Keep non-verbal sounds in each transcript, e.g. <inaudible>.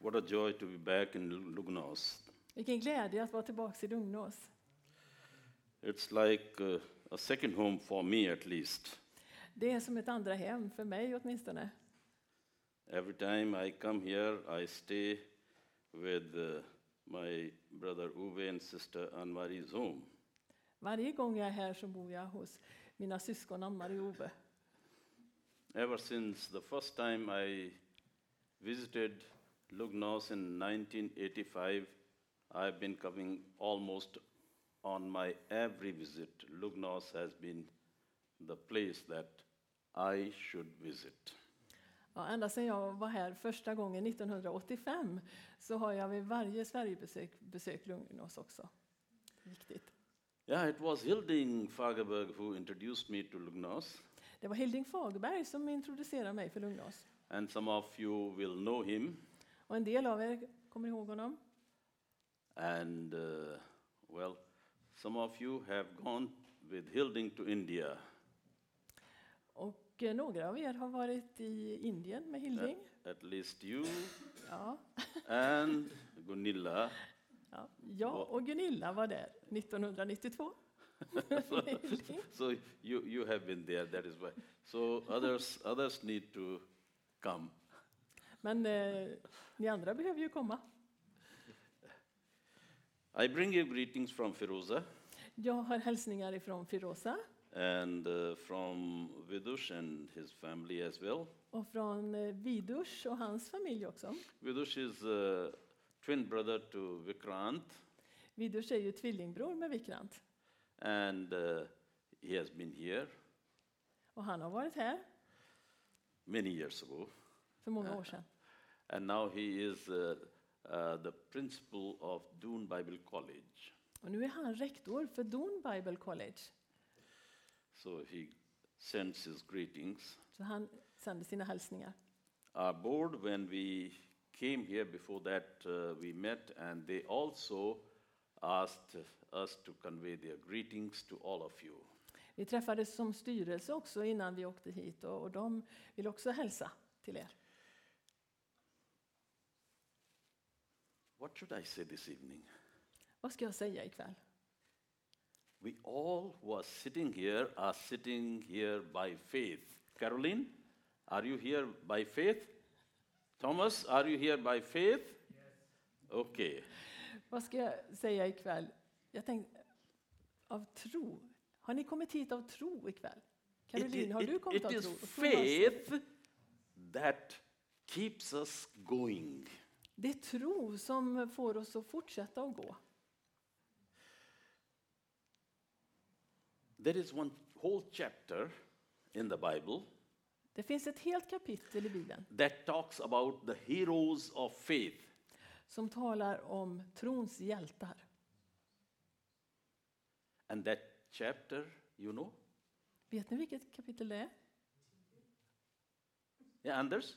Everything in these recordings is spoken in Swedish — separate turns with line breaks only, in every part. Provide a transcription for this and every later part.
What a joy to be back in Lu- Lugnås.
Vilken glädje att vara tillbaka i Lugnås.
It's like uh, a second home for me, at least.
Det är som ett andra hem, för mig åtminstone.
Every time I come here, I stay with uh, my brother Uwe and sister Anne-Marie's home.
Varje gång jag är här så bor jag hos mina syskon Ann-Marie och Ove.
Ever since the first time I visited Lugnaus in 1985, I've been coming almost on my every visit. Lugnaus has been the place that I should visit.
Ja, ända sedan jag var här första gången 1985 så har jag vid varje Sverigebesök besökt Lugnås också. Viktigt.
Yeah, it was Hilding Fagerberg who introduced me to Lugnaus,
Det var Hilding Fagerberg som introducerade mig för Lugnås.
and some of you will know him.
Och en del av er kommer ihåg honom.
And uh, well, some of you have gone with Hilding to India.
Och eh, några av er har varit i Indien med Hilding.
At least you
Ja.
and Gunilla.
Ja, jag och Gunilla var där 1992.
So you, you have been there, that is why. So others, others need to come.
Men eh, ni andra behöver ju komma.
I bring you greetings from Firoza
Jag har hälsningar ifrån Firoza
and uh, from Vidush and his family as well.
och från eh, Vidush och hans familj också.
Vidush is uh, twin brother to Vikrant
Vidush är ju tvillingbror med Vikrant
and uh, he has been here
och han har varit här
many years ago.
för många år sedan.
And now he is uh, uh, the principal of Dune Bible College.
Och nu är han rektor för Don Bible College.
So he sends his greetings.
Så han sände sina hälsningar.
Our board, when we came here before that, uh, we met, and they also asked us to convey their greetings to all of you.
Vi träffades som styrelse också innan vi åkte hit och, och de vill också hälsa till er.
What should I say this evening?
Vad ska jag säga ikväll?
We all who are sitting here are sitting here by faith. Caroline, are you here by faith? Thomas, are you here by faith? Yes. Okay.
Vad ska jag säga ikväll? Jag tänkte, av tro. Har ni kommit hit av tro ikväll? Caroline, har
it,
du kommit
it
av
is
tro?
faith that keeps us going.
Det är tro som får oss att fortsätta att gå.
There is one whole chapter in the Bible
Det finns ett helt kapitel i Bibeln
that talks about the heroes of faith.
som talar om trons hjältar.
And that chapter, you know?
Vet ni vilket kapitel det är?
Yeah, Anders?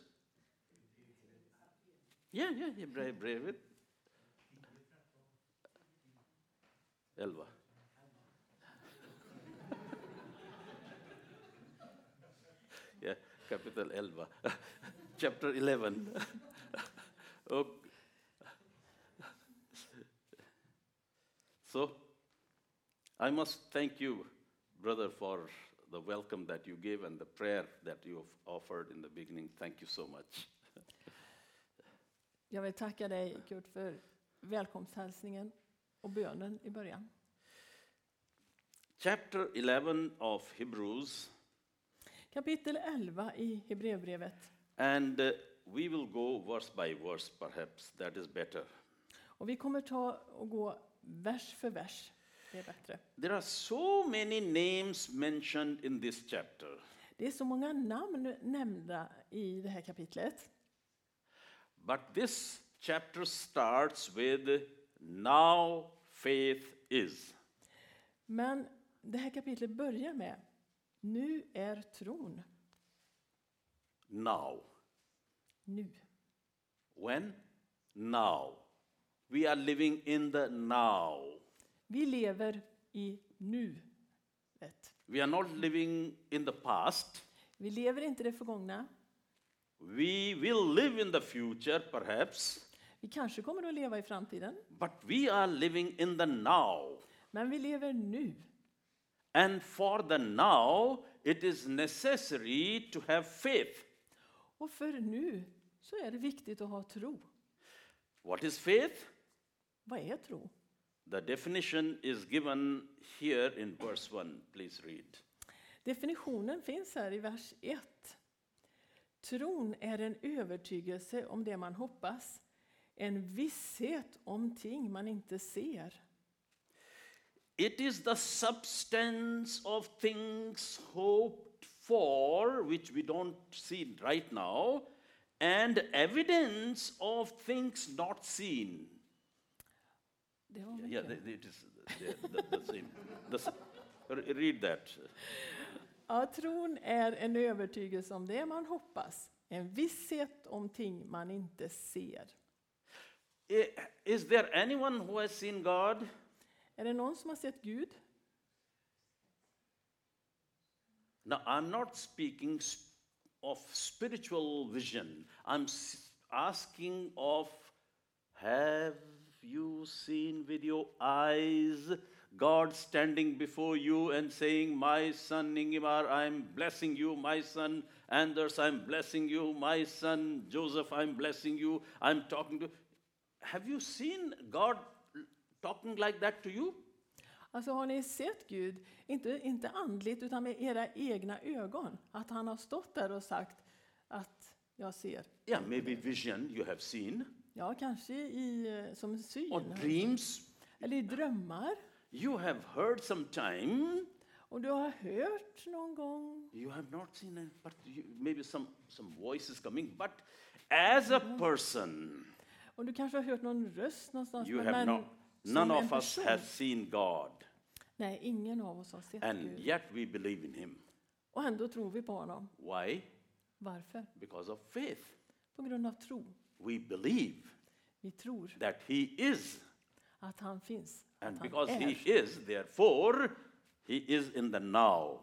Yeah, yeah, yeah, brave, brave it. Elva. <laughs> yeah, capital Elva. <laughs> Chapter <laughs> 11. okay. So, I must thank you, brother, for the welcome that you gave and the prayer that you have offered in the beginning. Thank you so much.
Jag vill tacka dig, Kurt, för välkomsthälsningen och bönen i början.
Chapter 11 of Hebrews,
Kapitel 11 i Hebreerbrevet.
and uh, we will go verse by verse, perhaps. That is better.
Och vi kommer ta och gå vers för vers. Det är bättre.
There are so many names mentioned in this chapter,
Det är så många namn nämnda i det här kapitlet.
but this chapter starts with Now faith is.
Men det här kapitlet börjar med Nu är tron.
Now.
Nu.
When? Now. We are living in the now.
Vi lever i nuet.
We are not living in the past.
Vi lever inte i det förgångna.
We will live in the future, perhaps.
Vi kanske kommer att leva i framtiden,
But we are living in the now.
men vi lever nu.
And for the now, it is necessary to have faith.
Och för nu så är det viktigt att ha tro.
What is faith?
Vad är tro?
The definition is given here in verse 1. Please read.
Definitionen finns här i vers 1. Tron är en övertygelse om det man hoppas, en visshet om ting man inte ser.
It is the substance of things hoped for, which we don't see right now, and evidence of things not seen.
Det var
Yeah, th-
mycket.
th- it is the, the, the same. The, s- re- read that.
Ja, tron är en övertygelse om det man hoppas, en visshet om ting man inte ser.
I- Is there anyone who has seen God?
Är det någon som har sett Gud?
Now, I'm not speaking s- of spiritual vision. I'm s- asking of have you seen with your eyes God standing before you and saying, My son Ingimar, I'm blessing you. My son Anders, I'm blessing you. My son Joseph, I'm blessing you. I'm talking to. Have you seen God l- talking like that to you?
Alltså har ni sett Gud, inte, inte andligt utan med era egna ögon, att han har stått där och sagt att jag ser.
Yeah, maybe vision you have seen,
Ja, kanske i, eh, som en syn,
or dreams
eller i drömmar.
You have heard sometime,
Och du har hört någon gång.
you have not seen, a, but you, maybe some, some voice is coming, but as a person,
Och du kanske har hört någon röst någonstans.
you
men-
have
men
not,
som
none
en
of us
person-
has seen God,
Nej, ingen av oss har sett
and
Gud.
yet we believe in Him.
Och ändå tror vi på honom.
Why?
Varför?
Because of faith.
På grund av tro.
We believe
Vi tror
that He is,
att han finns.
and
att
because
han är.
He is, therefore, He is in the now,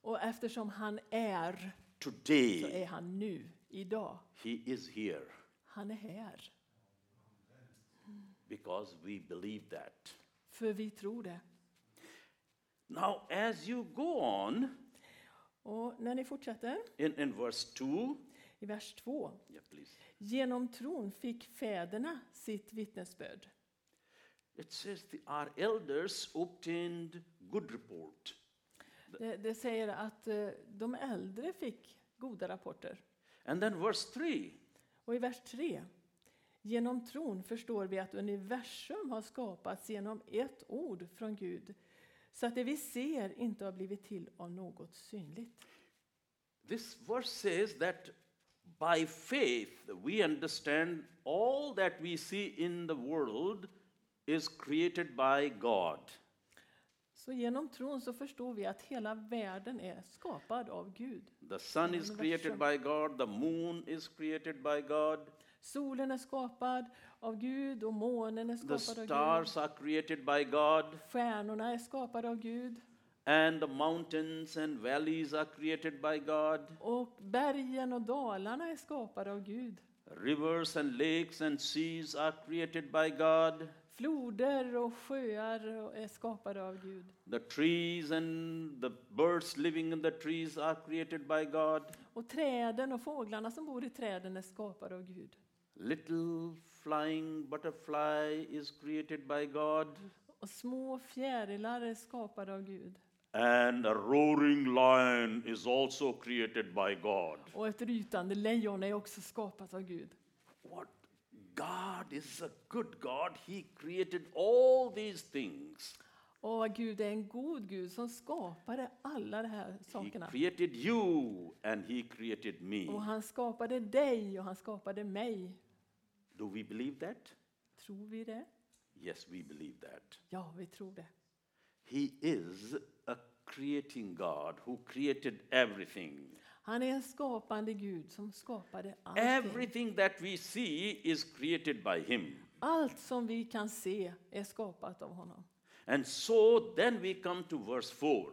Och eftersom han är så
today.
är han nu, idag.
He is here
Han är här.
because we believe that.
För vi tror det.
Now, as you go on
Och när ni fortsätter
in, in verse 2,
i vers 2.
Yeah, please.
Genom tron fick fäderna sitt vittnesbörd.
It says the, our elders obtained good report.
Det, det säger att eh, de äldre fick goda rapporter.
And then verse 3
Och i vers 3. Genom tron förstår vi att universum har skapats genom ett ord från Gud så att det vi ser inte har blivit till av något synligt.
this verse says that by faith we understand all that we see in the world is created by God.
Så genom tron så förstår vi att hela världen är skapad av Gud.
The sun is created by God, the moon is created by God,
Solen är skapad av Gud och månen är
the
skapad av Gud.
stars are created by God,
Stjärnorna är skapade av Gud
and the mountains and valleys are created by God.
och bergen och dalarna är skapade av Gud.
Rivers and lakes and seas are created by God.
Floder och sjöar och- är skapade av Gud.
The trees and the birds living in the trees are created by God.
Och träden och fåglarna som bor i träden är skapade av Gud.
Little flying butterfly is created by God.
Och små fjärilar är skapade av Gud.
And a roaring lion is also created by God.
Och ett rytande lejon är också skapat av Gud.
What? God is a good God. He created all these things.
Och vad Gud är en god Gud som skapade alla de här
He
sakerna.
created you and He created me.
Och han skapade dig och han skapade mig.
Do we believe that?
Tror vi det?
Yes, we believe that.
Ja, vi tror det.
He is a creating God who created everything.
Han är en skapande Gud som skapade allting.
Everything that we see is created by Him.
Allt som vi kan se är skapat av honom.
And so then we come to verse 4.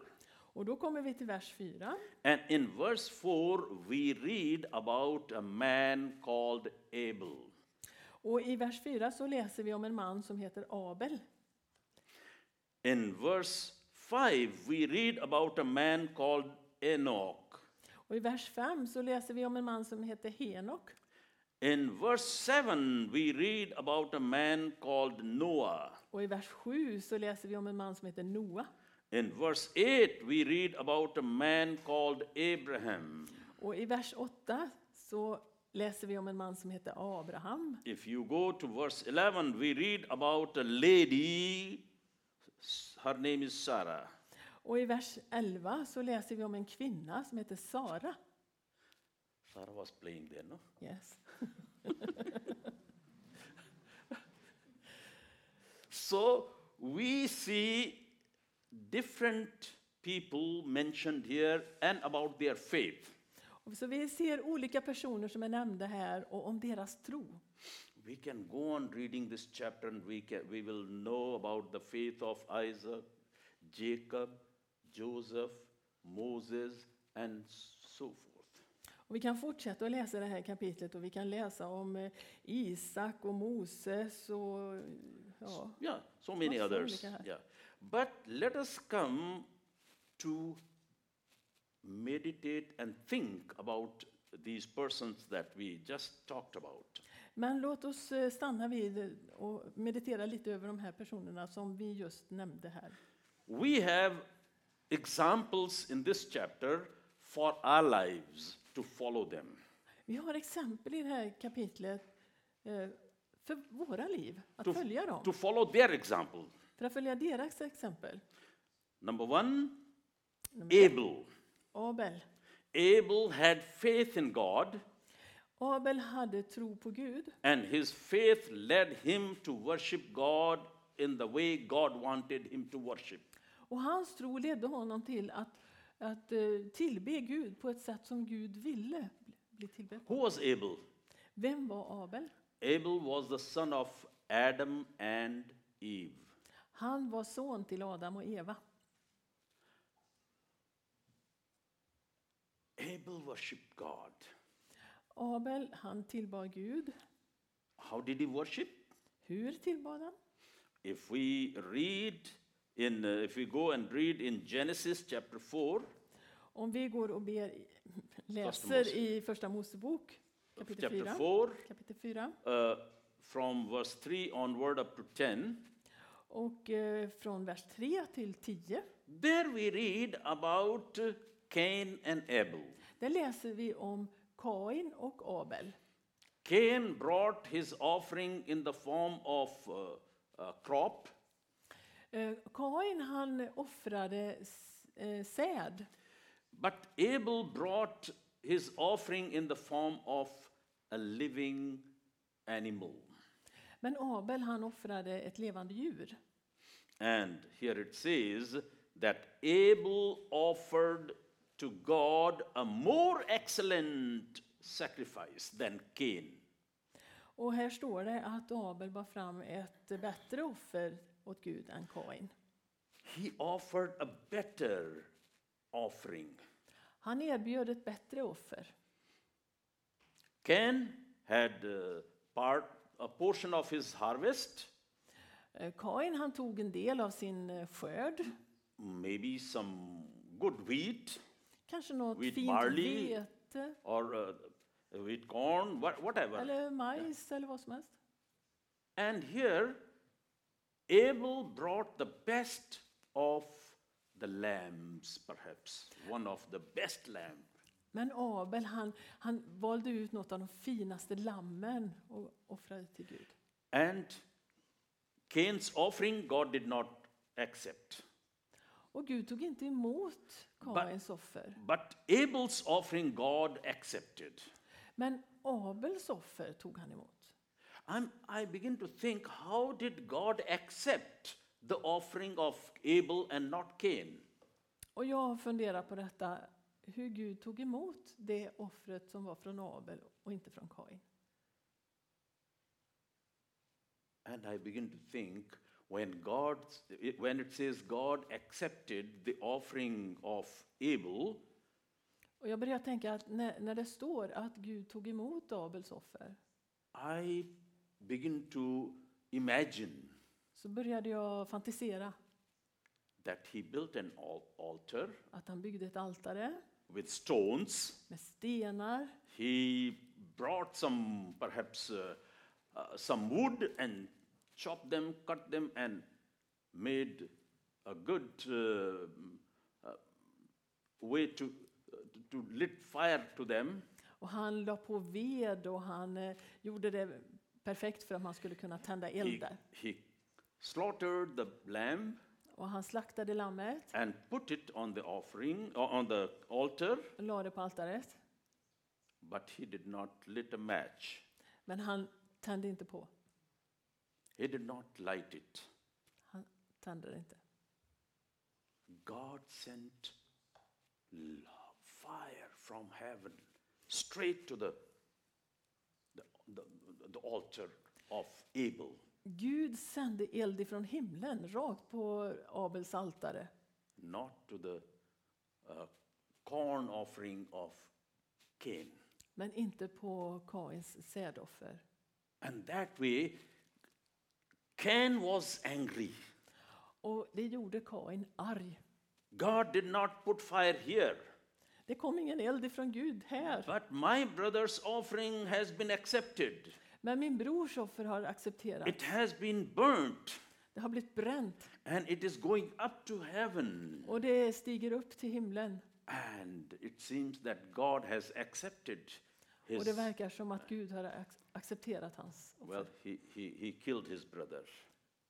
Och då kommer vi till vers 4.
And in verse 4, we read about a man called Abel.
Och i vers 4 så läser vi om en man som heter Abel.
In verse 5, we read about a man called Enoch.
Och i vers 5 så läser vi om en man som heter Henok.
In verse 7, we read about a man called Noah.
Och i vers 7 så läser vi om en man som heter Noa.
In verse 8, we read about a man called Abraham.
Och i vers 8 så läser vi om en man som heter Abraham.
If you go to verse 11, we read about a lady. S- Her name is Sarah.
Och i vers 11 så läser vi om en kvinna som heter Sara.
Sarah was playing there, no?
Yes.
So we see different people mentioned here and about their faith.
Och Så vi ser olika personer som är nämnda här och om deras tro.
We can go on reading this chapter and we, can, we will know about the faith of Isaac, Jacob, Joseph, Moses, and so forth.
Och vi kan fortsätta att läsa det här kapitlet och vi kan läsa om eh, Isak och Moses och eh, ja.
Yeah, so many
Lots of
others.
olika här.
Yeah. But let us come to meditate and think about these persons that we just talked about.
Men låt oss eh, stanna vid eh, och meditera lite över de här personerna som vi just nämnde här.
We have examples in this chapter for our lives to follow them.
Vi har exempel i det här kapitlet eh, för våra liv, att
To-
följa dem.
to follow their example.
För att följa deras exempel.
Number one,
Nummer ett,
Abel.
Abel.
Abel had faith in God,
Abel hade tro på Gud
and his faith led him to worship God in the way God wanted him to worship.
och hans tro ledde honom till att, att eh, tillbe Gud på ett sätt som Gud ville bli tillbedd.
Who was Abel?
Vem var Abel?
Abel was the son of Adam and Eve.
Han var son till Adam och Eva.
Abel worshiped God.
Abel, han tillbad Gud.
How did he worship?
Hur tillbad han?
If we read in, uh, if we go and read in Genesis chapter 4,
Om vi går och ber, i-
Mose.
läser i Första Mosebok kapitel
chapter
4,
4,
kapitel 4
uh, from verse 3 onward up to 10,
och eh, från vers 3 till 10,
There we read about Cain and Abel.
där läser vi om Kain och Abel.
Cain brought his offering in the form of uh, a crop,
Eh, Kain han offrade s- eh, säd,
but Abel brought his offering in the form of a living animal.
men Abel han offrade ett levande djur.
And here it says that Abel offered to God a more excellent sacrifice than Cain.
Och här står det att Abel bar fram ett bättre offer åt Gud än Kain.
He offered a better offering.
Han erbjöd ett bättre offer.
Cain had uh, part a portion of his harvest,
Eh, Kain han tog en del av sin eh, skörd,
maybe some good wheat
kanske något
With
fint
barley.
vete
or uh, wheat corn, wha- whatever.
eller majs eller vad som helst.
And here, Abel brought the best of the lambs, perhaps one of the best lamb.
Men Abel han, han valde ut något av de finaste lammen och offrade till Gud.
And Cain's offering, God did not accept.
Och Gud tog inte emot Kains offer.
But Abel's offering, God accepted.
Men Abels offer tog han emot.
I'm, I begin to think how did God accept the offering of Abel and not Cain?
Och jag funderar på detta, hur Gud tog emot det offret som var från Abel och inte från Kain.
And I begin to think when God, when it says God accepted the offering of Abel,
Och jag börjar tänka att när, när det står att Gud tog emot Abels offer,
I begin to imagine
så började jag fantisera
that he built an al- altar
att han byggde ett altare
with stones.
med stenar.
He brought some, perhaps, uh, uh, some wood and chopped them, cut them, and made a good uh, uh, way to, to lit fire to them.
Och han la på ved och han eh, gjorde det perfekt för att man skulle kunna tända eld
He,
där.
he slaughtered the lamb
Och han slaktade lammet
and put it on the offering, o- on the altar,
och la det på altaret.
but he did not lit a match.
Men han tände inte på.
He did not light it.
Han tände det inte.
God sent love, fire from heaven straight to the, the, the, the altar of Abel.
Gud sände eld ifrån himlen rakt på Abels altare.
not to the uh, corn offering of Cain.
Men inte på Kains sädoffer.
And that way, Cain was angry.
Och det gjorde Kain arg.
God did not put fire here,
Det kom ingen eld ifrån Gud här.
but my brother's offering has been accepted.
Men min brors offer har accepterat.
It has been burnt,
Det har blivit bränt.
and it is going up to heaven.
Och det stiger upp till himlen.
And it seems that God has accepted
Och
his.
det verkar som att Gud har ac- accepterat hans offer.
Well, he, he, he killed his brother.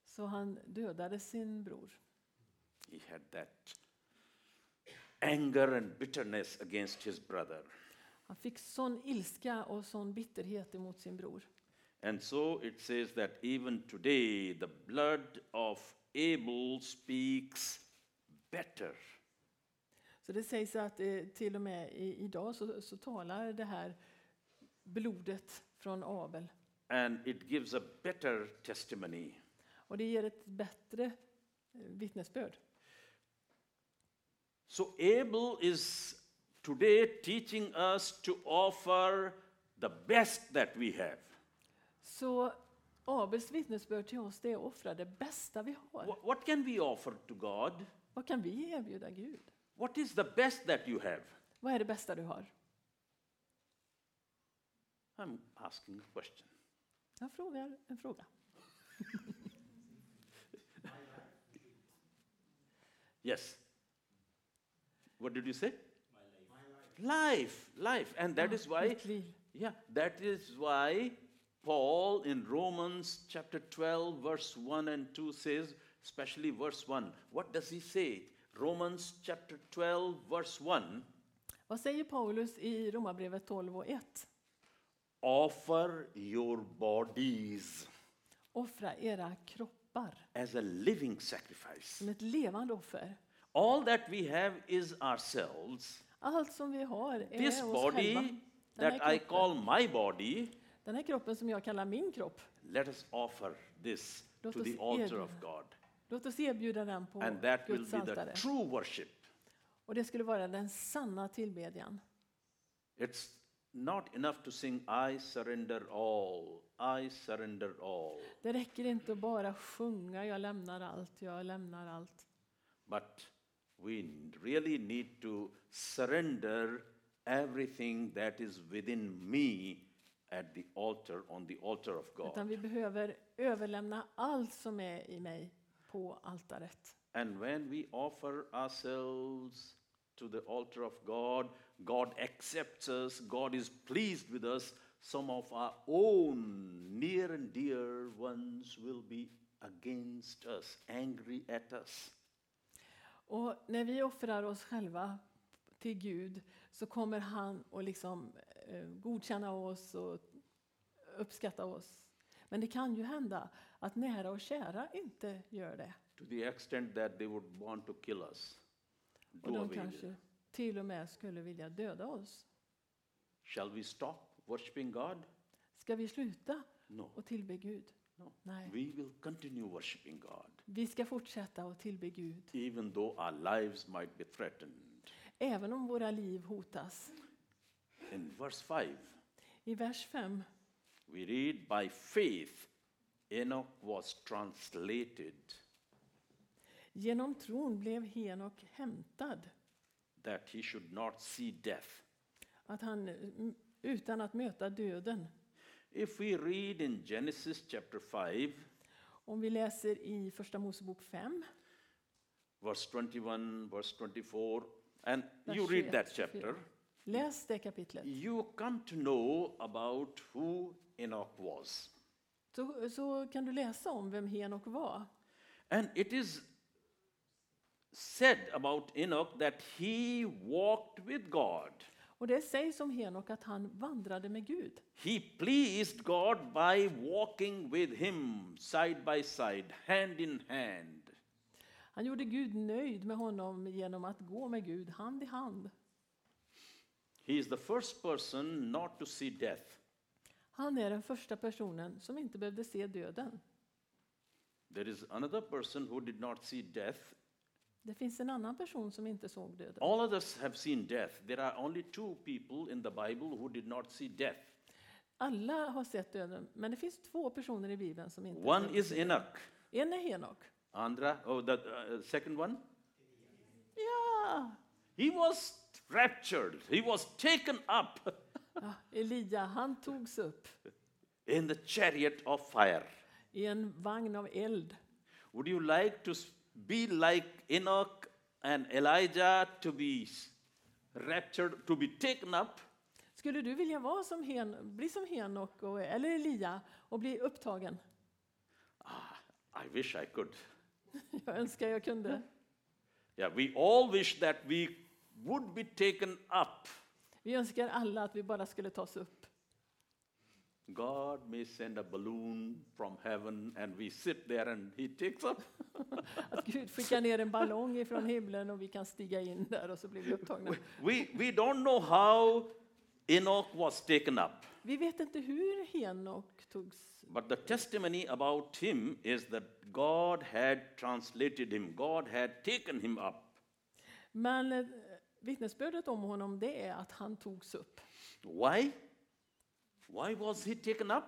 Så han dödade sin bror.
He had that anger and bitterness against his brother.
Han fick sån ilska och sån bitterhet emot sin bror.
And so it says that even today, the blood of Abel speaks better.
Så det sägs att eh, till och med i, idag så, så talar det här blodet från Abel.
And it gives a better testimony.
Och det ger ett bättre eh, vittnesbörd.
So Abel is today teaching us to offer the best that we have.
Så Abels vittnesbörd till oss det är att offra det bästa vi har.
Wh- What can we offer to God?
Vad kan vi erbjuda Gud?
What is the best that you have?
Vad är det bästa du har?
I'm asking a question.
Jag frågar en fråga.
Yes. What did you say? My life. Life, life. And that is why,
Mitt liv.
yeah, that is why Paul in Romans chapter 12, verse 1 and 2 says, especially verse 1, what does he say? Romans chapter 12, verse 1
Vad säger Paulus i Romarbrevet 12 och 1?
Offer your bodies
Offra era kroppar
as a living sacrifice.
som ett levande offer.
All that we have is ourselves.
Allt som vi har är
This
oss Eh, själva.
body
Den här,
that I
kroppen,
call my body.
den här kroppen som jag kallar min kropp,
Let us offer this
Låt
to the
oss
altar
erbjuda.
of God.
låt oss erbjuda den på
And that will be
Guds
the
altare.
true worship.
Och det skulle vara den sanna tillbedjan.
It's not enough to sing, I surrender all, I surrender all.
Det räcker inte att bara sjunga, jag lämnar allt, jag lämnar allt.
But we really need to surrender everything that is within me at the altar, on the altar of
Utan
God.
vi behöver överlämna allt som är i mig på altaret.
And when we offer ourselves to the altar of God, God accepts us, God is pleased with us. Some of our own near and dear ones will be against us, angry at us.
Och när vi offrar oss själva till Gud så kommer han att liksom, eh, godkänna oss och uppskatta oss. Men det kan ju hända att nära och kära inte gör det.
To the extent that they would want to kill us.
Och
Do
de
away with it.
kanske till och med skulle vilja döda oss.
Shall we stop worshiping God?
Ska vi sluta
No,
och tillbe Gud?
no.
Nej,
We will continue worshiping God,
vi ska fortsätta att tillbe Gud.
even though our lives might be threatened.
Även om våra liv hotas.
In verse 5,
I vers 5.
We read, by faith Enoch was translated
Genom tron blev Henok hämtad,
that he should not see death.
att han, mm, utan att möta döden.
If we read in Genesis chapter 5,
Om vi läser i Första Mosebok 5,
verse 21, verse 24, and
Vers
you read
21,
that
24.
chapter,
läs det kapitlet,
you come to know about who Enoch was.
så, så kan du läsa om vem Henok var.
And it is said about Enoch that he walked with God.
Och det sägs om Henok att han vandrade med Gud.
He pleased God by walking with him side by side, hand in hand.
Han gjorde Gud nöjd med honom genom att gå med Gud hand i hand.
He is the first person not to see death.
Han är den första personen som inte behövde se döden.
There is another person who did not see death.
Det finns en annan person som inte såg döden.
All others have seen death. There are only two people in the Bible who did not see death.
Alla har sett döden, men det finns två personer i Bibeln som inte
One is Enoch.
En är Henok.
Andra, oh, the uh, second one?
Ja!
He was raptured, he was taken up
ja! Elia, han togs upp
in the chariot of fire.
i en vagn av eld.
Would you like to s- be like Enoch and Elijah to be s- raptured, to be taken up?
Skulle du vilja vara som Hen, bli som Henok och, eller Elia och bli upptagen? <laughs>
I wish I could.
Jag önskar jag kunde.
Yeah, we all wish that we would be taken up.
Vi önskar alla att vi bara skulle tas upp.
God may send a balloon from heaven and we sit there and he takes up. <laughs>
Att Gud skickar ner en ballong ifrån himlen och vi kan stiga in där och så blir vi upptagna.
We, we don't know how Enoch was taken up,
Vi vet inte hur Henok togs.
but the testimony about him is that God had translated him, God had taken him up.
Men eh, vittnesbördet om honom det är att han togs upp.
Why? Why was he taken up?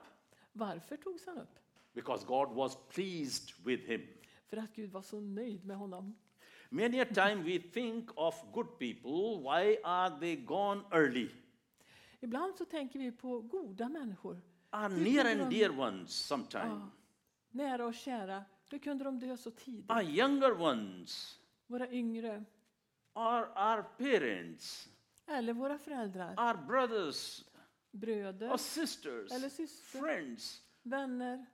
Varför togs han upp?
Because God was pleased with him.
För att Gud var så nöjd med honom.
Many a time we think of good people, why are they gone early?
Ibland så tänker vi på goda människor,
Our
Hur
near
kunde
and
de-
dear ones sometimes,
Oh. nära och kära. Hur kunde de dö så tidigt?
our younger ones,
Våra yngre,
or our parents,
eller våra föräldrar,
our brothers
bröder,
or sisters,
eller syster,
friends,
vänner,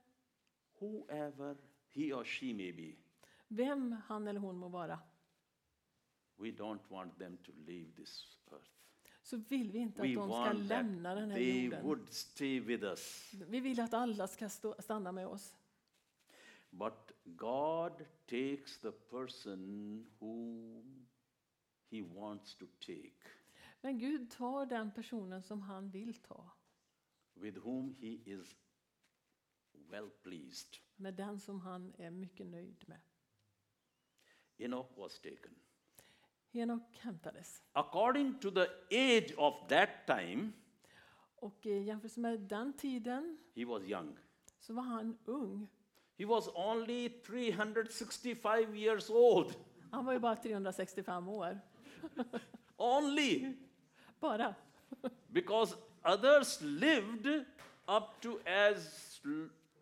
whoever he or she may be.
vem han eller hon må vara.
We don't want them to leave this earth.
Så vill vi inte att
We
de ska
want that
lämna den här
they
jorden.
would stay with us.
Vi vill att alla ska stå, stanna med oss.
But God takes the person whom He wants to take,
Men Gud tar den personen som han vill ta,
with whom He is well pleased.
med den som han är mycket nöjd med.
Enoch was taken.
Henok hämtades.
According to the age of that time,
Och i jämförelse med den tiden
he was young.
så var han ung.
He was only 365 years old.
Han var ju bara 365 år.
Only
Bara.
because others lived up to as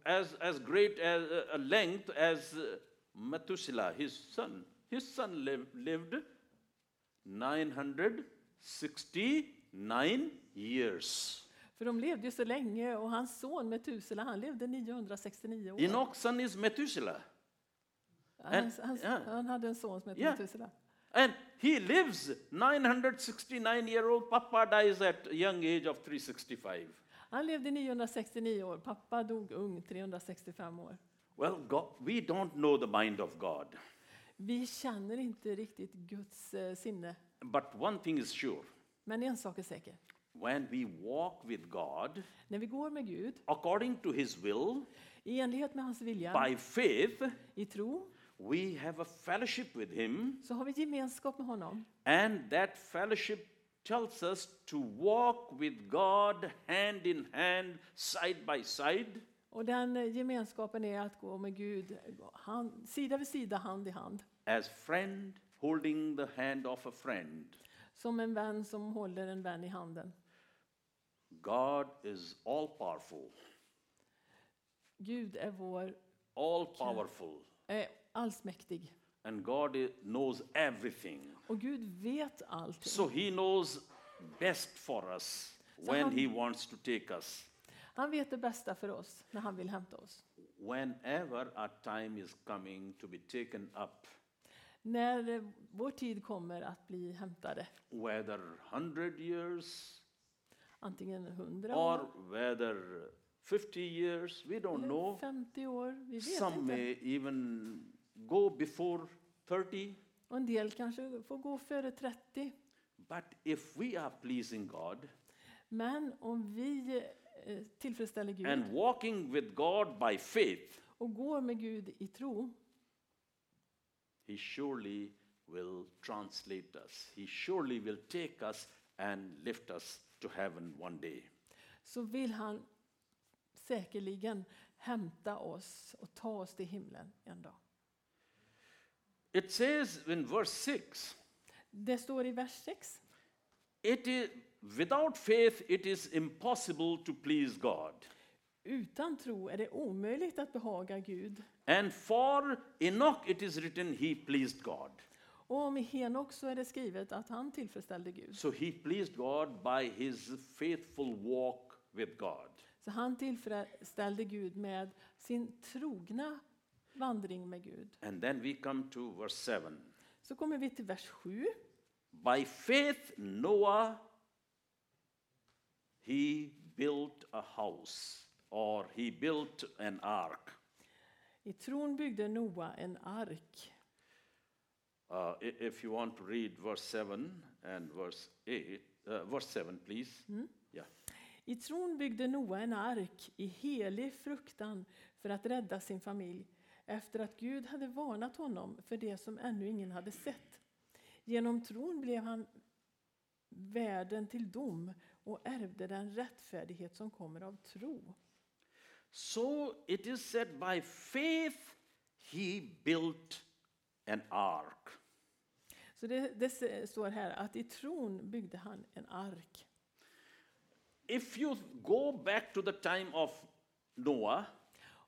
as as great as a length as uh, Methuselah, his son. His son lived lived 969 years.
För de levde ju så länge och hans son Metusela, han levde 969 år.
Enoch's son is Methuselah,
han, han,
ja.
han hade en son som hette
Ja.
Metusela.
and he lives 969 year old. Papa dies at young age of 365.
Han levde 969 år, pappa dog ung 365 år.
Well, God, we don't know the mind of God,
Vi känner inte riktigt Guds eh, sinne.
but one thing is sure.
Men en sak är säker.
when we walk with God
När vi går med Gud,
according to His will,
i enlighet med hans vilja,
by faith,
i tro,
we have a fellowship with Him,
så har vi gemenskap med honom.
and that fellowship tells us to walk with God hand in hand, side by side,
Och den eh, gemenskapen är att gå med Gud hand, sida vid sida, hand i hand.
as friend holding the hand of a friend.
Som en vän som håller en vän i handen.
God is all powerful,
Gud är vår,
all powerful,
är allsmäktig.
and God i- knows everything.
Och Gud vet allting.
So he knows best for us when he wants to take us.
Han vet det bästa för oss när han vill hämta oss.
Whenever our time is coming to be taken up,
När eh, vår tid kommer att bli hämtade,
whether 100 years
antingen 100
or
år,
whether 50 years, we don't know.
eller 50 år, vi vet
Some
inte.
may even go before 30.
Och en del kanske får gå före 30.
But if we are pleasing God
Men om vi eh, tillfredsställer Gud
and walking with God by faith,
och går med Gud i tro,
He surely will translate us. He surely will take us and lift us to heaven one day.
så vill han säkerligen hämta oss och ta oss till himlen en dag.
It says in verse 6
Det står i vers 6.
it is, without faith, it is impossible to please God.
Utan tro är det omöjligt att behaga Gud.
And for Enoch, it is written, He pleased God.
Och om Henok så är det skrivet att han tillfredsställde Gud.
So he pleased God by his faithful walk with God.
Så han tillfredsställde Gud med sin trogna vandring med Gud.
And then we come to verse 7.
Så kommer vi till vers 7.
By faith, Noah, he built a house or he built an ark.
I tron byggde Noa en ark.
Uh, i- if you want to read verse 7 and verse 8, uh, verse 7, please. Yeah.
I tron byggde Noa en ark i helig fruktan för att rädda sin familj efter att Gud hade varnat honom för det som ännu ingen hade sett. Genom tron blev han världen till dom och ärvde den rättfärdighet som kommer av tro.
So it is said, by faith, he built an ark.
Så det, det se- står här att i tron byggde han en ark.
If you go back to the time of Noah,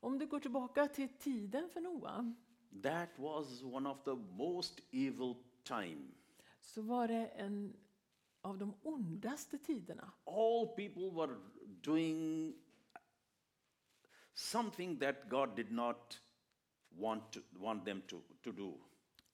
Om du går tillbaka till tiden för Noa
that was one of the most evil time.
så var det en av de ondaste tiderna.
all people were doing something that God did not want, to, want them to, to do.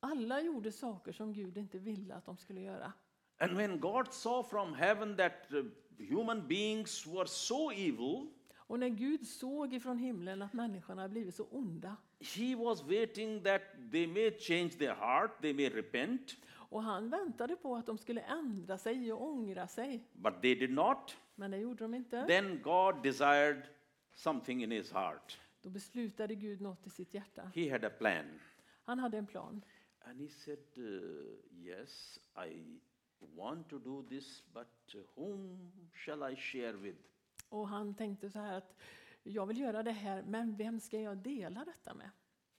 Alla gjorde saker som Gud inte ville att de skulle göra.
And when God saw from heaven that uh, human beings were so evil,
Och när Gud såg ifrån himlen att människorna hade blivit så onda
He was waiting that they may change their heart, they may repent,
och han väntade på att de skulle ändra sig och ångra sig,
but they did not.
men det gjorde de inte.
Then God desired something in His heart.
Då beslutade Gud något i sitt hjärta.
He had a plan.
Han hade en plan.
And he said, uh, Yes, I want to do this, but whom shall I share with?
Och han tänkte så här att jag vill göra det här, men vem ska jag dela detta med?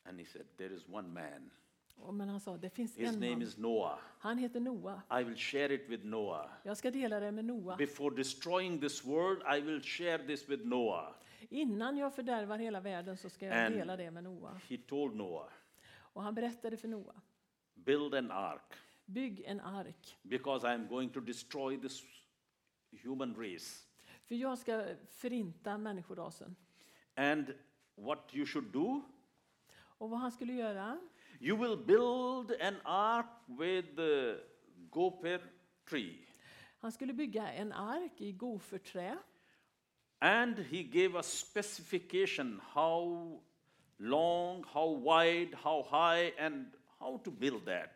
And he said, There is one man.
Och men han sa, det finns
His
en
name
man.
is Noah.
Han heter Noa.
I will share it with Noah.
Jag ska dela det med Noa.
Before destroying this world, I will share this with Noah.
Innan jag fördärvar hela världen så ska jag
And-
dela det med Noa.
He told Noah,
Och han berättade för Noa,
Build an ark
bygg en ark,
because I am going to destroy this human race.
för jag ska förinta människorasen.
And what you should do,
Och vad han skulle göra,
you will build an ark with the gopher tree.
han skulle bygga en ark i goferträ.
And he gave a specification how long, how wide, how high, and how to build that.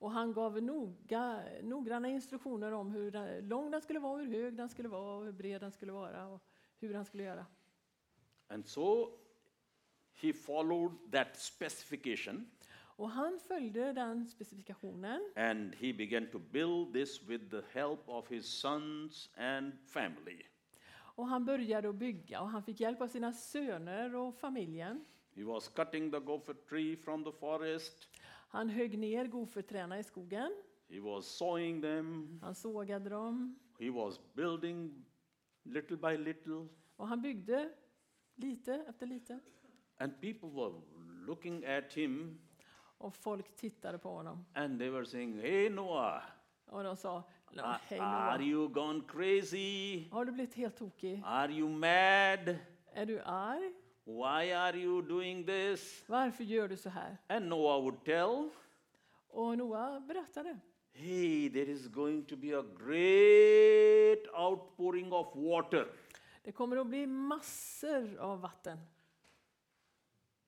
Och han gav noga, noggranna instruktioner om hur den- lång den skulle vara, hur hög den skulle vara, och hur bred den skulle vara och hur han skulle göra.
And so he followed that specification
Och han följde den specifikationen
and he began to build this with the help of his sons and family.
Och han började att bygga och han fick hjälp av sina söner och familjen.
He was cutting the gopher tree from the forest.
Han högg ner goförträna i skogen.
He was sawing them.
Han sågade dem
He was building little by little.
och han byggde lite efter lite.
And people were looking at him
Och folk tittade på honom
and they were saying, Hey, Noah,
och de sa "Nå,
a-
Hej
are
Noah,
you gone crazy?
har du blivit helt tokig?
Are you mad?
Är du arg?
Why are you doing this?
Varför gör du så här?
And Noah would tell,
Och Noah berättade.
Hey, there is going to be a great outpouring of water.
Det kommer att bli massor av vatten.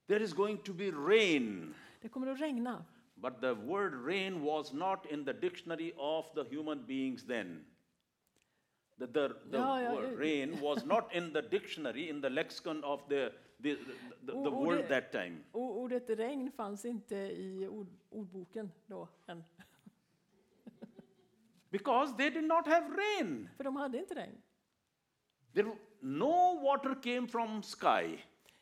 There is going to be rain.
Det kommer att regna.
But the word rain was not in the dictionary of the human beings then. The, the, the
Ja, ja,
word
ja.
rain was not in the dictionary, in the lexicon of the, the, the, the, the
Och- och
world
det-
that time.
Och ordet regn fanns inte i ord, ordboken då än.
Because they did not have rain.
För de hade inte regn.
There, no water came from sky.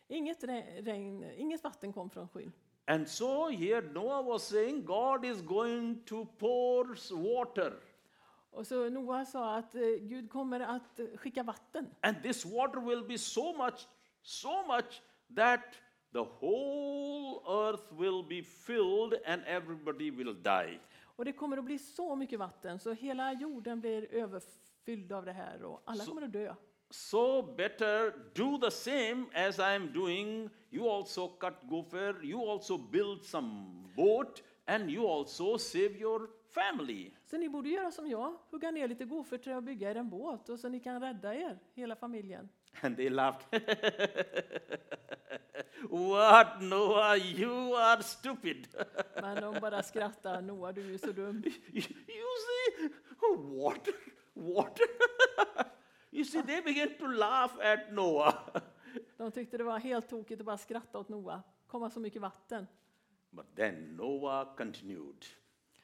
Inget, re- regn, inget vatten kom från skyn.
And so here Noah was saying, God is going to pour s- water.
Och så Noa sa att eh, Gud kommer att eh, skicka vatten.
And this water will be so much, so much that the whole earth will be filled and everybody will die.
Och det kommer att bli så mycket vatten så hela jorden blir överfylld av det här och alla kommer att dö.
So better do the same as I am doing. You also cut gopher, you also build some boat, and you also save your family. <laughs>
Så ni borde göra som jag, hugga ner lite goförträ och bygga er en båt och så ni kan rädda er, hela familjen.
And they laughed. <laughs> what, Noah? You are stupid.
Men de bara skrattar, <laughs> Noa du är ju så dum.
you see, water, water. <laughs> you see, they began to laugh at Noah. <laughs>
De tyckte det var helt tokigt att bara skratta åt Noa, komma så mycket vatten.
but then Noah continued.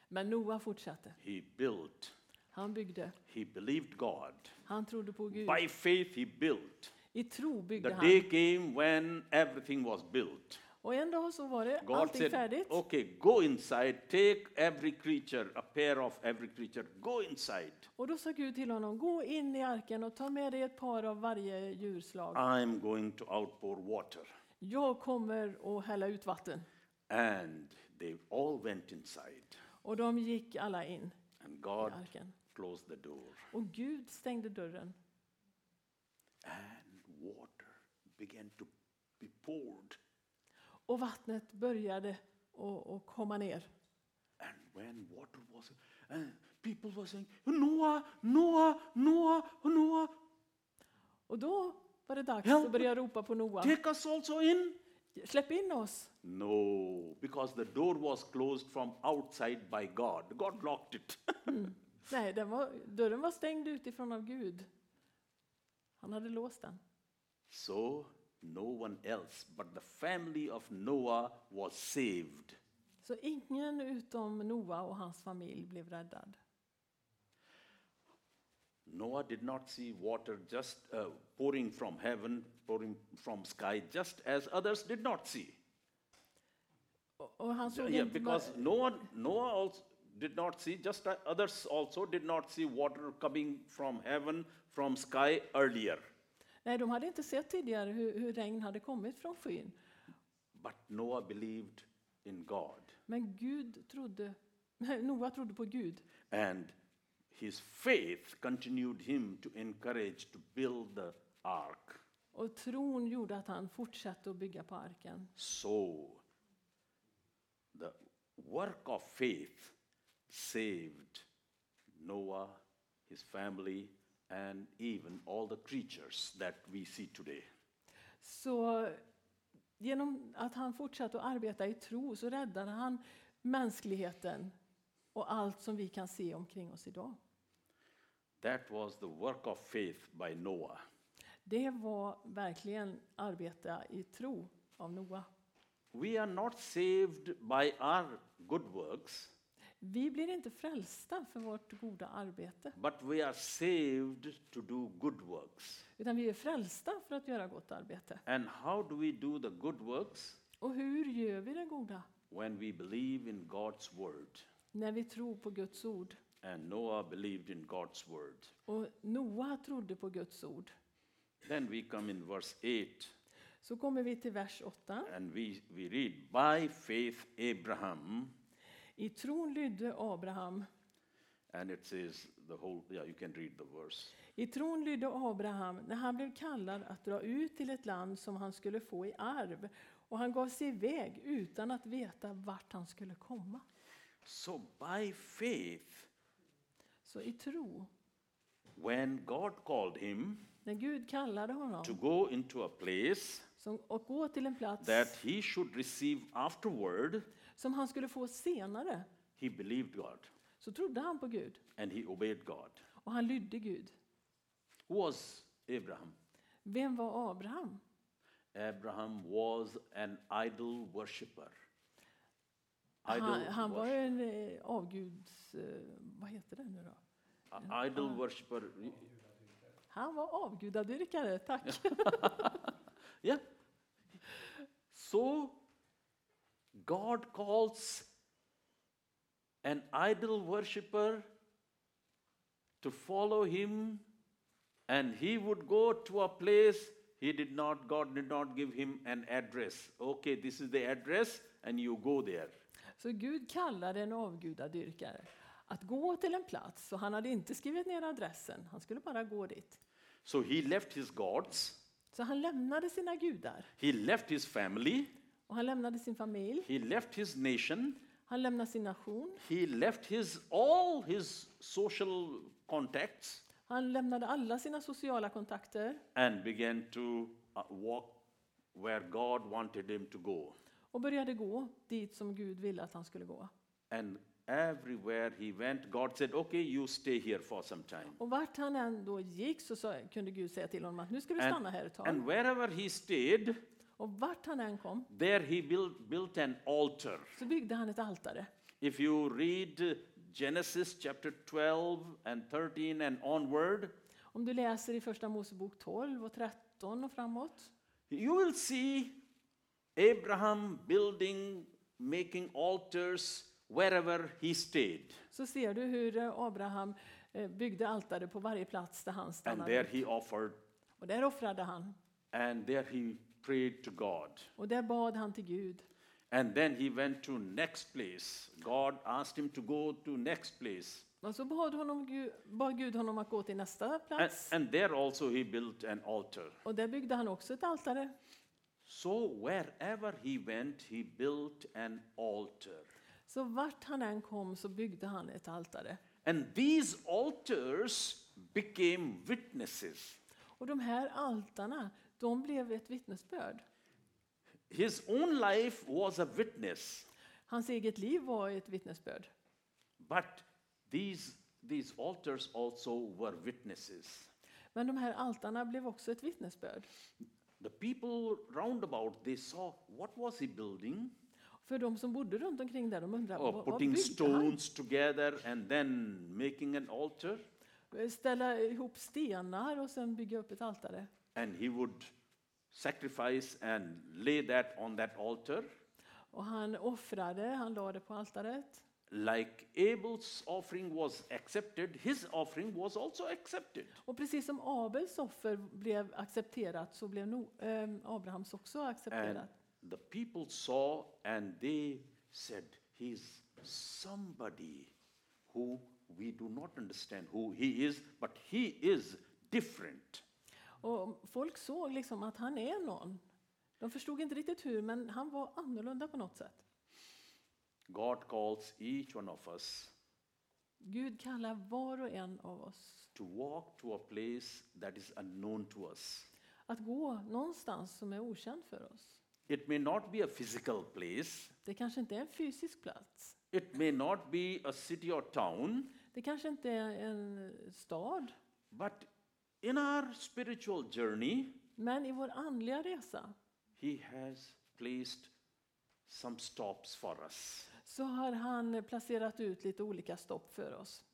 Men Noa fortsatte,
He built,
han byggde,
he believed God.
han trodde på Gud.
By faith, he built.
I tro byggde
The
han.
day came when everything was built.
Och en dag så var det
God
allting
said,
färdigt.
Okay, go inside, take every creature, a pair of every creature, go inside.
Och då sa Gud till honom, gå in i arken och ta med dig ett par av varje djurslag.
I'm going to outpour water.
Jag kommer att hälla ut vatten.
And they all went inside.
Och de gick alla in
And
i
God
arken.
closed the door.
Och Gud stängde dörren.
And water began to be poured.
Och vattnet började att att komma ner.
And when water was, and people were saying, Noah, Noah, Noah, Noah,
Och då var det dags
Ja.
att börja ropa på Noa.
take us also in.
Släpp in oss!
No, because the door was closed from outside by God. God locked it. <laughs>
Nej, den var, dörren var stängd utifrån av Gud. Han hade låst den.
so no one else but the family of Noah was saved.
Så ingen utom Noa och hans familj blev räddad.
Noah did not see water just uh, pouring from heaven, pouring from sky, just as others did not see.
Och, och han såg
yeah,
inte bara-
because Noah, Noah also did not see, just uh, others also did not see water coming from heaven, from sky earlier.
Nej, de hade inte sett tidigare hur, hur regn hade kommit från skyn.
But Noah believed in God,
Men Gud trodde, Noa trodde på Gud.
and his faith continued him to encourage to build the ark.
Och tron gjorde att han fortsatte att bygga på arken.
So, the work of faith saved Noah, his family, and even all the creatures that we see today.
Så genom att han fortsatte att arbeta i tro så räddade han mänskligheten och allt som vi kan se omkring oss idag.
That was the work of faith by Noah.
Det var verkligen arbeta i tro av Noa.
We are not saved by our good works,
Vi blir inte frälsta för vårt goda arbete,
but we are saved to do good works.
utan vi är frälsta för att göra gott arbete.
And how do we do the good works?
Och hur gör vi det goda?
When we believe in God's word.
När vi tror på Guds ord.
And Noah believed in God's word.
Och Noa trodde på Guds ord.
Then we come in verse 8
Så kommer vi till vers 8.
and we, we read, By faith Abraham,
I tron lydde Abraham.
and it says the whole, yeah, you can read the verse.
I tron lydde Abraham när han blev kallad att dra ut till ett land som han skulle få i arv. Och han gav sig iväg utan att veta vart han skulle komma.
So by faith,
Så i tro,
when God called him
när Gud kallade honom
to go into a place
som, och gå till en plats
that he should receive afterward,
som han skulle få senare,
he believed God
så trodde han på Gud.
and he obeyed God.
Och han lydde Gud.
Who was Abraham?
Vem var Abraham?
Abraham was an idol worshipper.
Han, han var ju
worship-
en eh, avguds... Eh, vad heter det nu då?
a- idol worshiper.
Han var avgudadyrkare, tack.
Yeah. So God calls an idol worshiper to follow him and he would go to a place he did not God did not give him an address. Okay, this is the address and you go there.
Så Gud kallade en avgudadyrkare att gå till en plats. Och han hade inte skrivit ner adressen, han skulle bara gå dit.
So he left his gods,
Så han lämnade sina gudar,
he left his family,
och han lämnade sin familj,
he left his nation,
han lämnade sin nation,
he left his all his social contacts
han lämnade alla sina sociala kontakter
and began to uh, walk where God wanted him to go.
och började gå dit som Gud ville att han skulle gå.
And everywhere he went, God said, Okay, you stay here for some time.
Och vart han än då gick så sa, kunde Gud säga till honom att nu ska du
And,
stanna här ett tag.
and wherever he stayed,
Och vart han än kom
there he built, built an altar.
så byggde han ett altare.
If you read Genesis chapter 12 and 13 and onward,
Om du läser i Första Mosebok 12 och 13 och framåt
You will see Abraham building, making altars wherever he stayed.
så ser du hur eh, Abraham eh, byggde altare på varje plats där han
And there
stannade.
he offered,
Och där offrade han.
and there he prayed to God.
Och där bad han till Gud.
And then he went to next place. God asked him to go to next place.
Och så bad, honom, Gu- bad Gud honom att gå till nästa
And,
plats.
and there also he built an altar.
Och där byggde han också ett altare.
So wherever he went, he built an altar.
Så vart han än kom så byggde han ett altare.
And these altars became witnesses.
Och de här altarna, de blev ett vittnesbörd.
His own life was a witness,
Hans eget liv var ett vittnesbörd.
but these, these altars also were witnesses.
Men de här altarna blev också ett vittnesbörd.
The people round about, they saw what was he building?
För de som bodde runt omkring där, de undrade
Oh,
vad, vad
putting
byggde
stones together and then making an altar.
han? Eh, Ställa ihop stenar och sen bygga upp ett altare.
And he would sacrifice and lay that on that altar.
Och han offrade, han lade det på altaret.
Like Abel's offering was accepted, his offering was also accepted.
Och precis som Abels offer blev accepterat så blev no, ehm, Abrahams också
And
accepterat.
the people saw and they said, He's somebody who we do not understand who he is, but he is different.
Och folk såg liksom att han är någon. De förstod inte riktigt hur, men han var annorlunda på något sätt.
God calls each one of us
Gud kallar var och en av oss
to walk to a place that is unknown to us.
att gå någonstans som är okänd för oss.
It may not be a physical place,
Det kanske inte är en fysisk plats.
it may not be a city or town,
Det kanske inte är en stad.
but in our spiritual journey,
Men i vår andliga resa
He has placed some stops for us.
så har han placerat ut lite olika stopp för oss.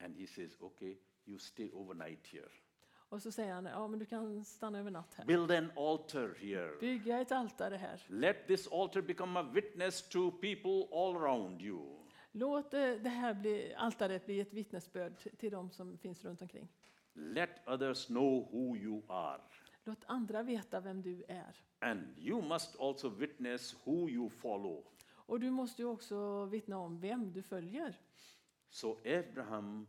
And he says, okay, you stay overnight here.
Och så säger han, ja men du kan stanna över natt här.
Build an altar here.
Bygga ett altare här.
Let this altar become a witness to people all around you.
Låt eh, det här bli, altaret bli ett vittnesbörd t- till de som finns runt omkring.
Let others know who you are.
Låt andra veta vem du är.
And you must also witness who you follow.
Och du måste ju också vittna om vem du följer.
So, Abraham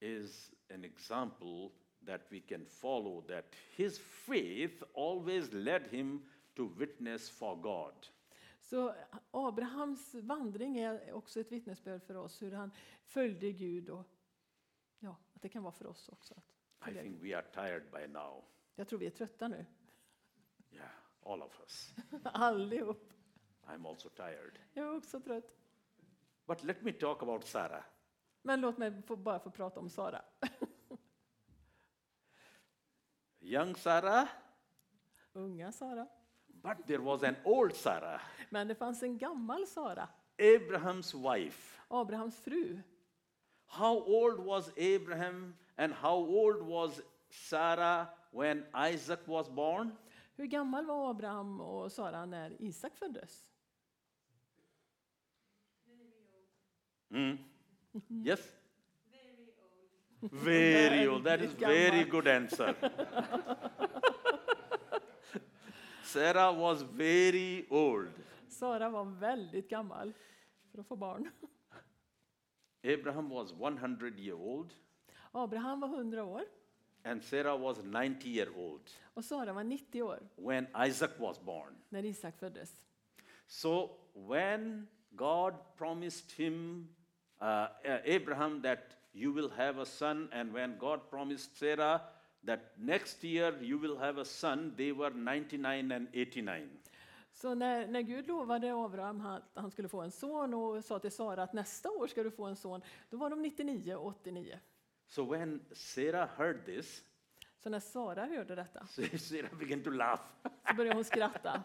is an example that we can follow, that his faith always led him to witness for God.
Så Abrahams vandring är också ett vittnesbörd för oss hur han följde Gud och ja, att det kan vara för oss också. Att
I
följa Gud.
think we are tired by now.
Jag tror vi är trötta nu, <laughs>
Yeah, all of us. <laughs>
allihop.
I'm also tired.
Jag är också trött.
But let me talk about Sarah.
Men låt mig få, bara få prata om Sara.
Young Sarah,
Unga Sara.
but there was an old Sarah,
Men det fanns en gammal Sara,
Abraham's wife.
Abrahams fru.
How old was Abraham and how old was Sarah when Isaac was born?
Hur gammal var Abraham och Sara när Isak föddes?
Hmm? Yes? Very old. Very old. That is very
Gammal.
good answer. Sarah was very old.
Sara var väldigt gammal för att få barn.
Abraham was 100 year old
Abraham var 100 år
and Sarah was 90 year old
och Sara var 90 år
when Isaac was born.
när Isak föddes.
So when God promised him, uh, A- Abraham, that you will have a son, and when God promised Sarah that next year you will have a son, they were 99 and 89.
Så när, när Gud lovade Abraham att han skulle få en son och sa till Sara att nästa år ska du få en son, då var de 99 och 89.
So when Sarah heard this, <laughs>
Så när Sara hörde detta
Sarah began to laugh.
så började hon skratta.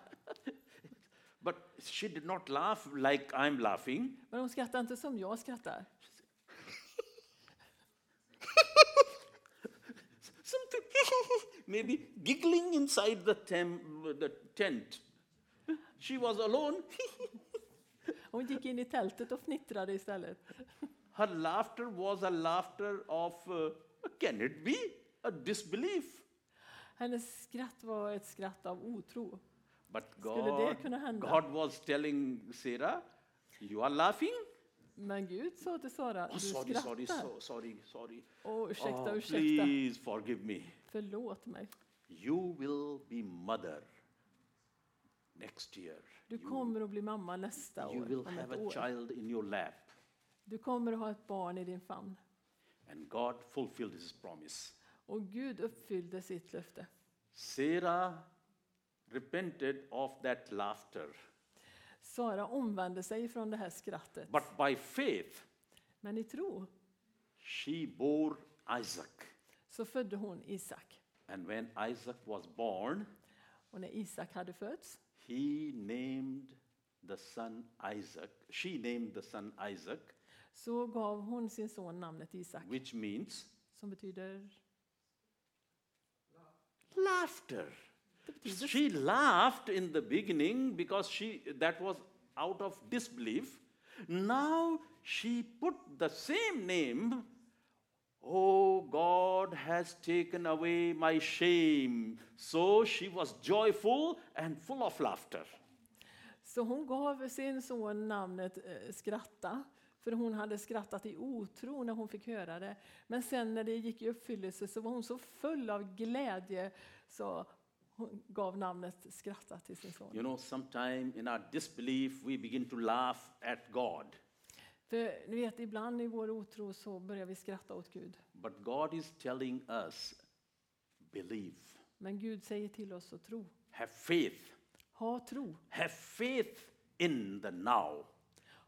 But she did not laugh like I'm laughing.
Men hon skrattade inte som jag skrattar.
Something, <laughs> maybe giggling inside the, tem- the tent. She was alone. <laughs>
Hon gick in i tältet och fnittrade istället.
Her laughter was a laughter of, uh, can it be? A disbelief.
Hennes skratt var ett skratt av otro.
But
Skulle det
God,
kunna hända?
God was telling Sarah, You are laughing?
Men Gud sa till Sara,
Oh,
du
sorry,
skrattar.
sorry, so, sorry, sorry.
Åh, ursäkta,
Oh,
ursäkta.
please forgive me.
Förlåt mig.
You will be mother next year.
Du
You-
kommer att bli mamma nästa
you
år.
will
om
have
ett
a
år.
child in your lap.
Du kommer att ha ett barn i din famn.
And God fulfilled his promise.
Och Gud uppfyllde sitt löfte.
Sarah repented of that laughter.
Sara omvände sig från det här skrattet.
But by faith,
Men i tro
she bore Isaac.
så födde hon Isak.
And when Isaac was born,
Och när Isak hade fötts
he named the son Isaac. She named the son Isaac,
så gav hon sin son namnet Isak,
which means
som betyder...
laughter.
Det betyder
She laughed in the beginning because she that was out of disbelief. Now she put the same name. Oh God has taken away my shame. So she was joyful and full of laughter.
Så hon gav sin son namnet eh, Skratta, för hon hade skrattat i otro när hon fick höra det. Men sen när det gick i uppfyllelse så var hon så full av glädje så hon gav namnet Skratta till sin son.
You know, sometime in our disbelief, we begin to laugh at God.
För ni vet, ibland i vår otro så börjar vi skratta åt Gud.
But God is telling us believe,
Men Gud säger till oss att tro.
have faith,
Ha tro.
have faith in the now.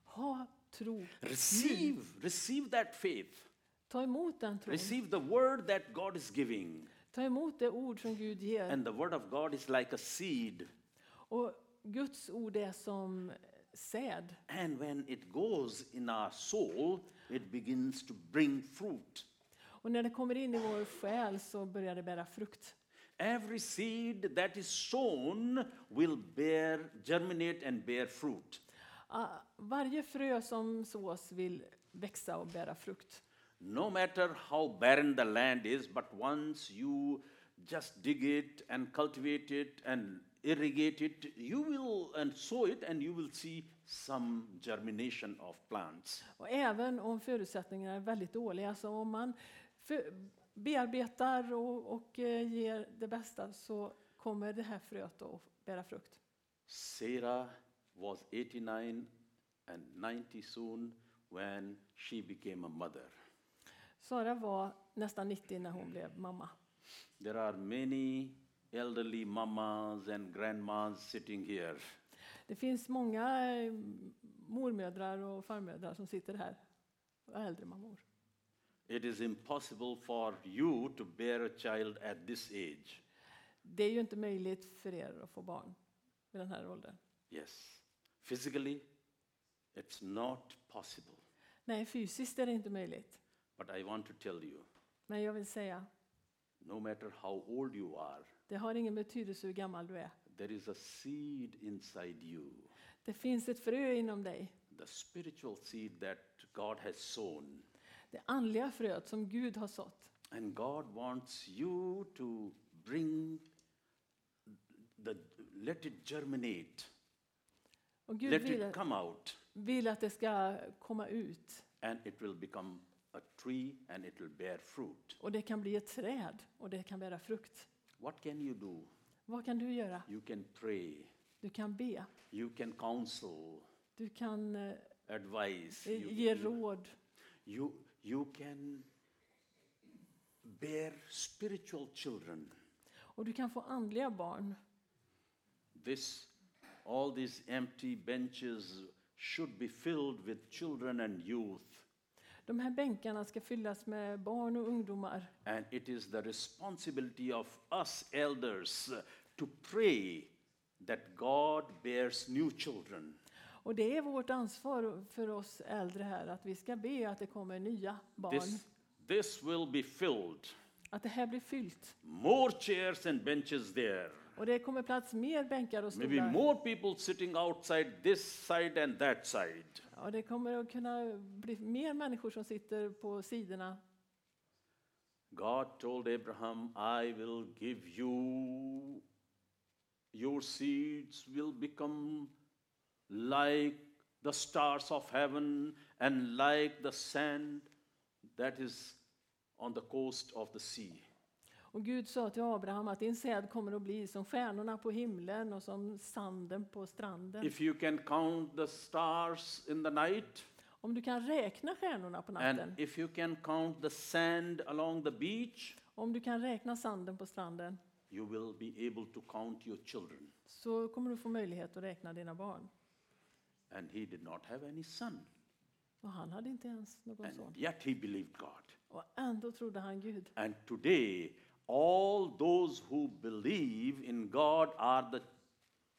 Ha tro.
Receive, receive that faith.
Ta emot den tron.
Receive the word that God is giving.
Ta emot det ord som Gud ger.
And the word of God is like a seed.
Och Guds ord är som säd.
And when it goes in our soul, it begins to bring fruit.
Och när det kommer in i vår själ så börjar det bära frukt.
Every seed that is sown will bear, germinate, and bear fruit.
Ah, Varje frö som sås vill växa och bära frukt.
No matter how barren the land is, but once you just dig it and cultivate it and irrigate it, you will and sow it, and you will see some germination of plants.
Och även om förutsättningarna är väldigt dåliga, så om man för, bearbetar och, och eh, ger det bästa så kommer det här fröet att bära frukt.
Sarah was 89 and 90 soon when she became a mother.
Sara var nästan 90 när hon blev mamma.
There are many elderly mamas and grandmas sitting here.
Det finns många eh, mormödrar och farmödrar som sitter här, och äldre mammor.
It is impossible for you to bear a child at this age.
Det är ju inte möjligt för er att få barn vid den här åldern.
Yes. Physically, it's not possible.
Nej, fysiskt är det inte möjligt.
But I want to tell you
Men jag vill säga,
no matter how old you are,
det har ingen betydelse hur gammal du är.
there is a seed inside you,
Det finns ett frö inom dig.
the spiritual seed that God has sown.
Det andliga fröet som Gud har sått.
And God wants you to bring the let it germinate.
Och Gud
let
vill,
it come out
vill att det ska komma ut
and it will become a tree and it will bear fruit.
och det kan bli ett träd och det kan bära frukt.
What can you do?
Vad kan du göra?
You can pray.
Du kan be.
You can counsel,
Du kan eh,
advise. You,
ge
you-
råd.
you, you can bear spiritual children.
Och du kan få andliga barn.
This, all these empty benches should be filled with children and youth.
De här bänkarna ska fyllas med barn och ungdomar.
And it is the responsibility of us elders uh, to pray that God bears new children.
Och det är vårt ansvar för oss äldre här att vi ska be att det kommer nya barn.
This, this will be filled.
Att det här blir fyllt.
More chairs and benches there.
Och det kommer plats mer bänkar och
Maybe
stolar.
more people sitting outside this side and that side.
Ja, det kommer att kunna bli mer människor som sitter på sidorna.
God told Abraham, I will give you, your seeds will become like the stars of heaven and like the sand that is on the coast of the sea.
Och Gud sa till Abraham att din säd kommer att bli som stjärnorna på himlen och som sanden på stranden.
If you can count the stars in the night,
Om du kan räkna stjärnorna på
and
natten,
if you can count the sand along the beach,
om du kan räkna sanden på stranden,
you will be able to count your children.
så kommer du få möjlighet att räkna dina barn.
And he did not have any son,
Och han hade inte ens någon
and
son.
yet he believed God.
Och ändå trodde han Gud.
And today, all those who believe in God are the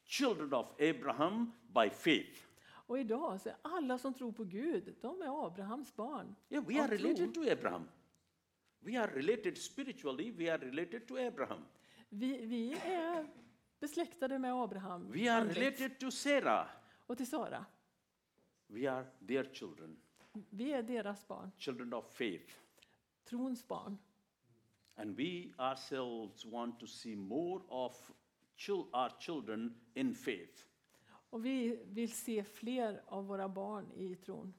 children of Abraham by faith.
Och idag så är alla som tror på Gud, de är Abrahams barn.
Yeah, we
Av
are
tro.
related to Abraham. We are related spiritually, we are related to Abraham.
Vi, vi är besläktade med Abraham
We are
andligt.
related to Sarah.
och till Sara.
We are their children,
Vi är deras barn,
children of faith.
trons barn.
And we ourselves want to see more of chil- our children in faith.
Och vi vill se fler av våra barn i tron.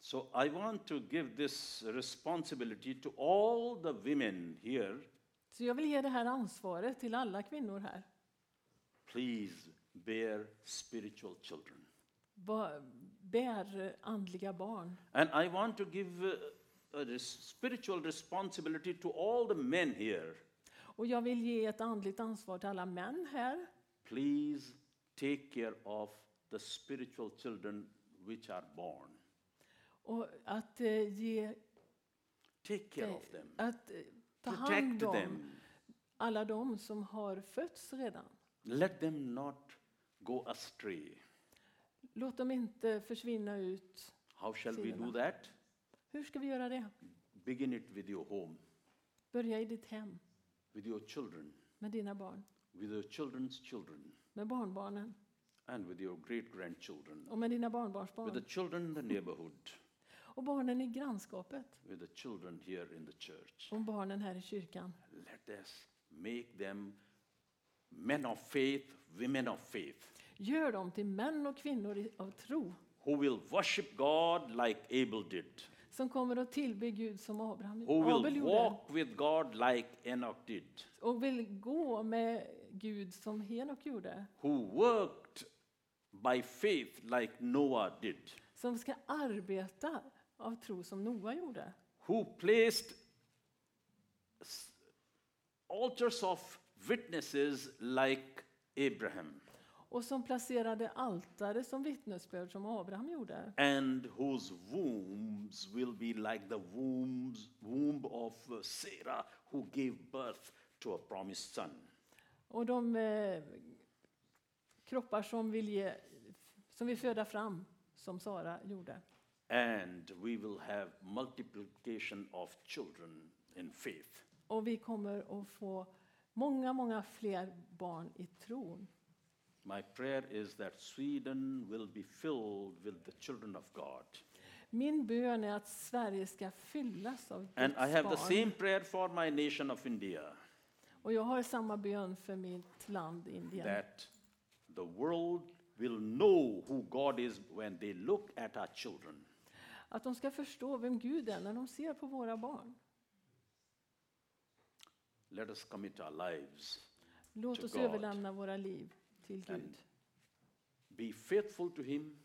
So I want to give this responsibility to all the women here.
Så jag vill ge det här ansvaret till alla kvinnor här.
Please bear spiritual children.
Ba- Bär eh, andliga barn.
And I want to give uh, a res- spiritual responsibility to all the men here.
Och jag vill ge ett andligt ansvar till alla män här.
Please take care of the spiritual children which are born.
Och att eh, ge...
Take care
eh,
of them.
Att eh, ta hand
Protect
om
them.
alla de som har fötts redan.
Let them not go astray.
Låt dem inte försvinna ut.
How shall we do
Sinema.
that?
Hur ska vi göra det?
Begin it with your home,
Börja i ditt hem,
with your children,
med dina barn,
with your children's children,
med barnbarnen
and with your great grandchildren,
och med dina
with the
barnbarnsbarn
children in the neighborhood,
och barnen i grannskapet
with the children here in the church.
och barnen här i kyrkan.
Let us make them men of faith, women of faith,
Gör dem till män och kvinnor i- av tro
who will worship God like Abel did,
som kommer att tillbe Gud som Abraham
who
Abel
will
gjorde
walk with God like Enoch did,
och vill gå med Gud som Henok gjorde.
who worked by faith like Noah did.
Som ska arbeta av tro som Noa gjorde.
who placed s- altars of witnesses like Abraham
Och som placerade altare som vittnesbörd som Abraham gjorde.
and whose wombs will be like the wombs, womb of uh, Sarah who gave birth to a promised son.
Och de eh, kroppar som vill, ge, som vill föda fram, som Sara gjorde.
And we will have multiplication of children in faith.
Och vi kommer att få många, många fler barn i tron.
My prayer is that Sweden will be filled with the children of God.
Min bön är att Sverige ska fyllas av Guds
And I have the
barn.
same prayer for my nation of India.
Och jag har samma bön för mitt land Indien.
that the world will know who God is when they look at our children.
Att de ska förstå vem Gud är när de ser på våra barn.
Let us commit our lives,
Låt
To
oss
God.
överlämna våra liv till
And-
Gud.
be faithful to Him,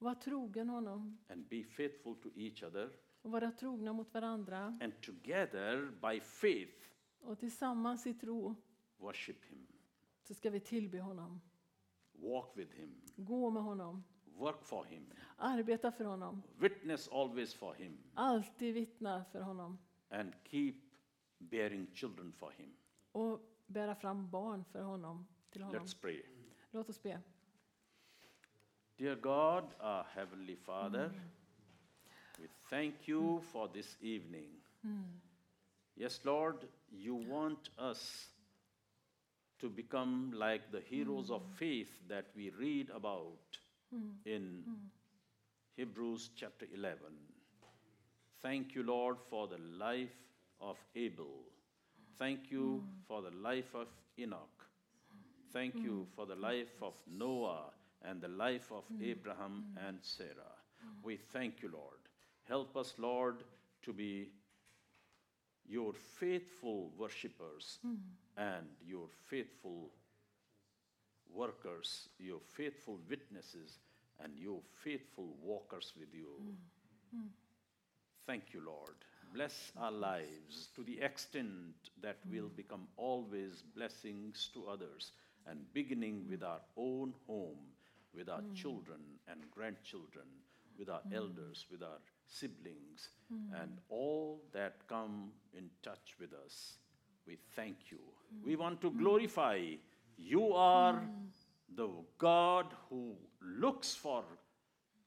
Var trogen honom
and be faithful to each other.
och vara trogna mot varandra
And together, by faith,
och tillsammans i tro
worship Him,
så ska vi tillbe honom,
walk with Him,
gå med honom,
work for Him,
arbeta för honom,
witness always for Him,
alltid vittna för honom
and keep bearing children for Him.
och bära fram barn för honom, till honom.
Let's pray.
Låt oss be.
Dear God, our Heavenly Father, we thank you for this evening. Yes, Lord, you want us to become like the heroes of faith that we read about
Mm.
in Hebrews chapter 11. Thank you, Lord, for the life of Abel. Thank you for the life of Enoch. Thank you for the life of Noah and the life of Abraham and Sarah. We thank you, Lord. Help us, Lord, to be your faithful worshippers and your faithful workers, your faithful witnesses, and your faithful walkers with you. Thank you, Lord. Bless our lives to the extent that we'll become always blessings to others and beginning with our own home, with our children and grandchildren, with our elders, with our siblings, and all that come in touch with us. We thank you. We want to glorify you are the God who looks for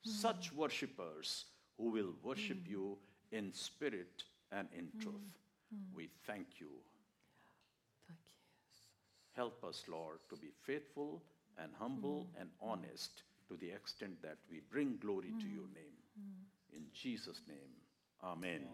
such worshippers who will worship you in spirit and in truth. We thank you.
Tack.
Help us, Lord, to be faithful and humble and honest to the extent that we bring glory to your name. In Jesus' name, amen.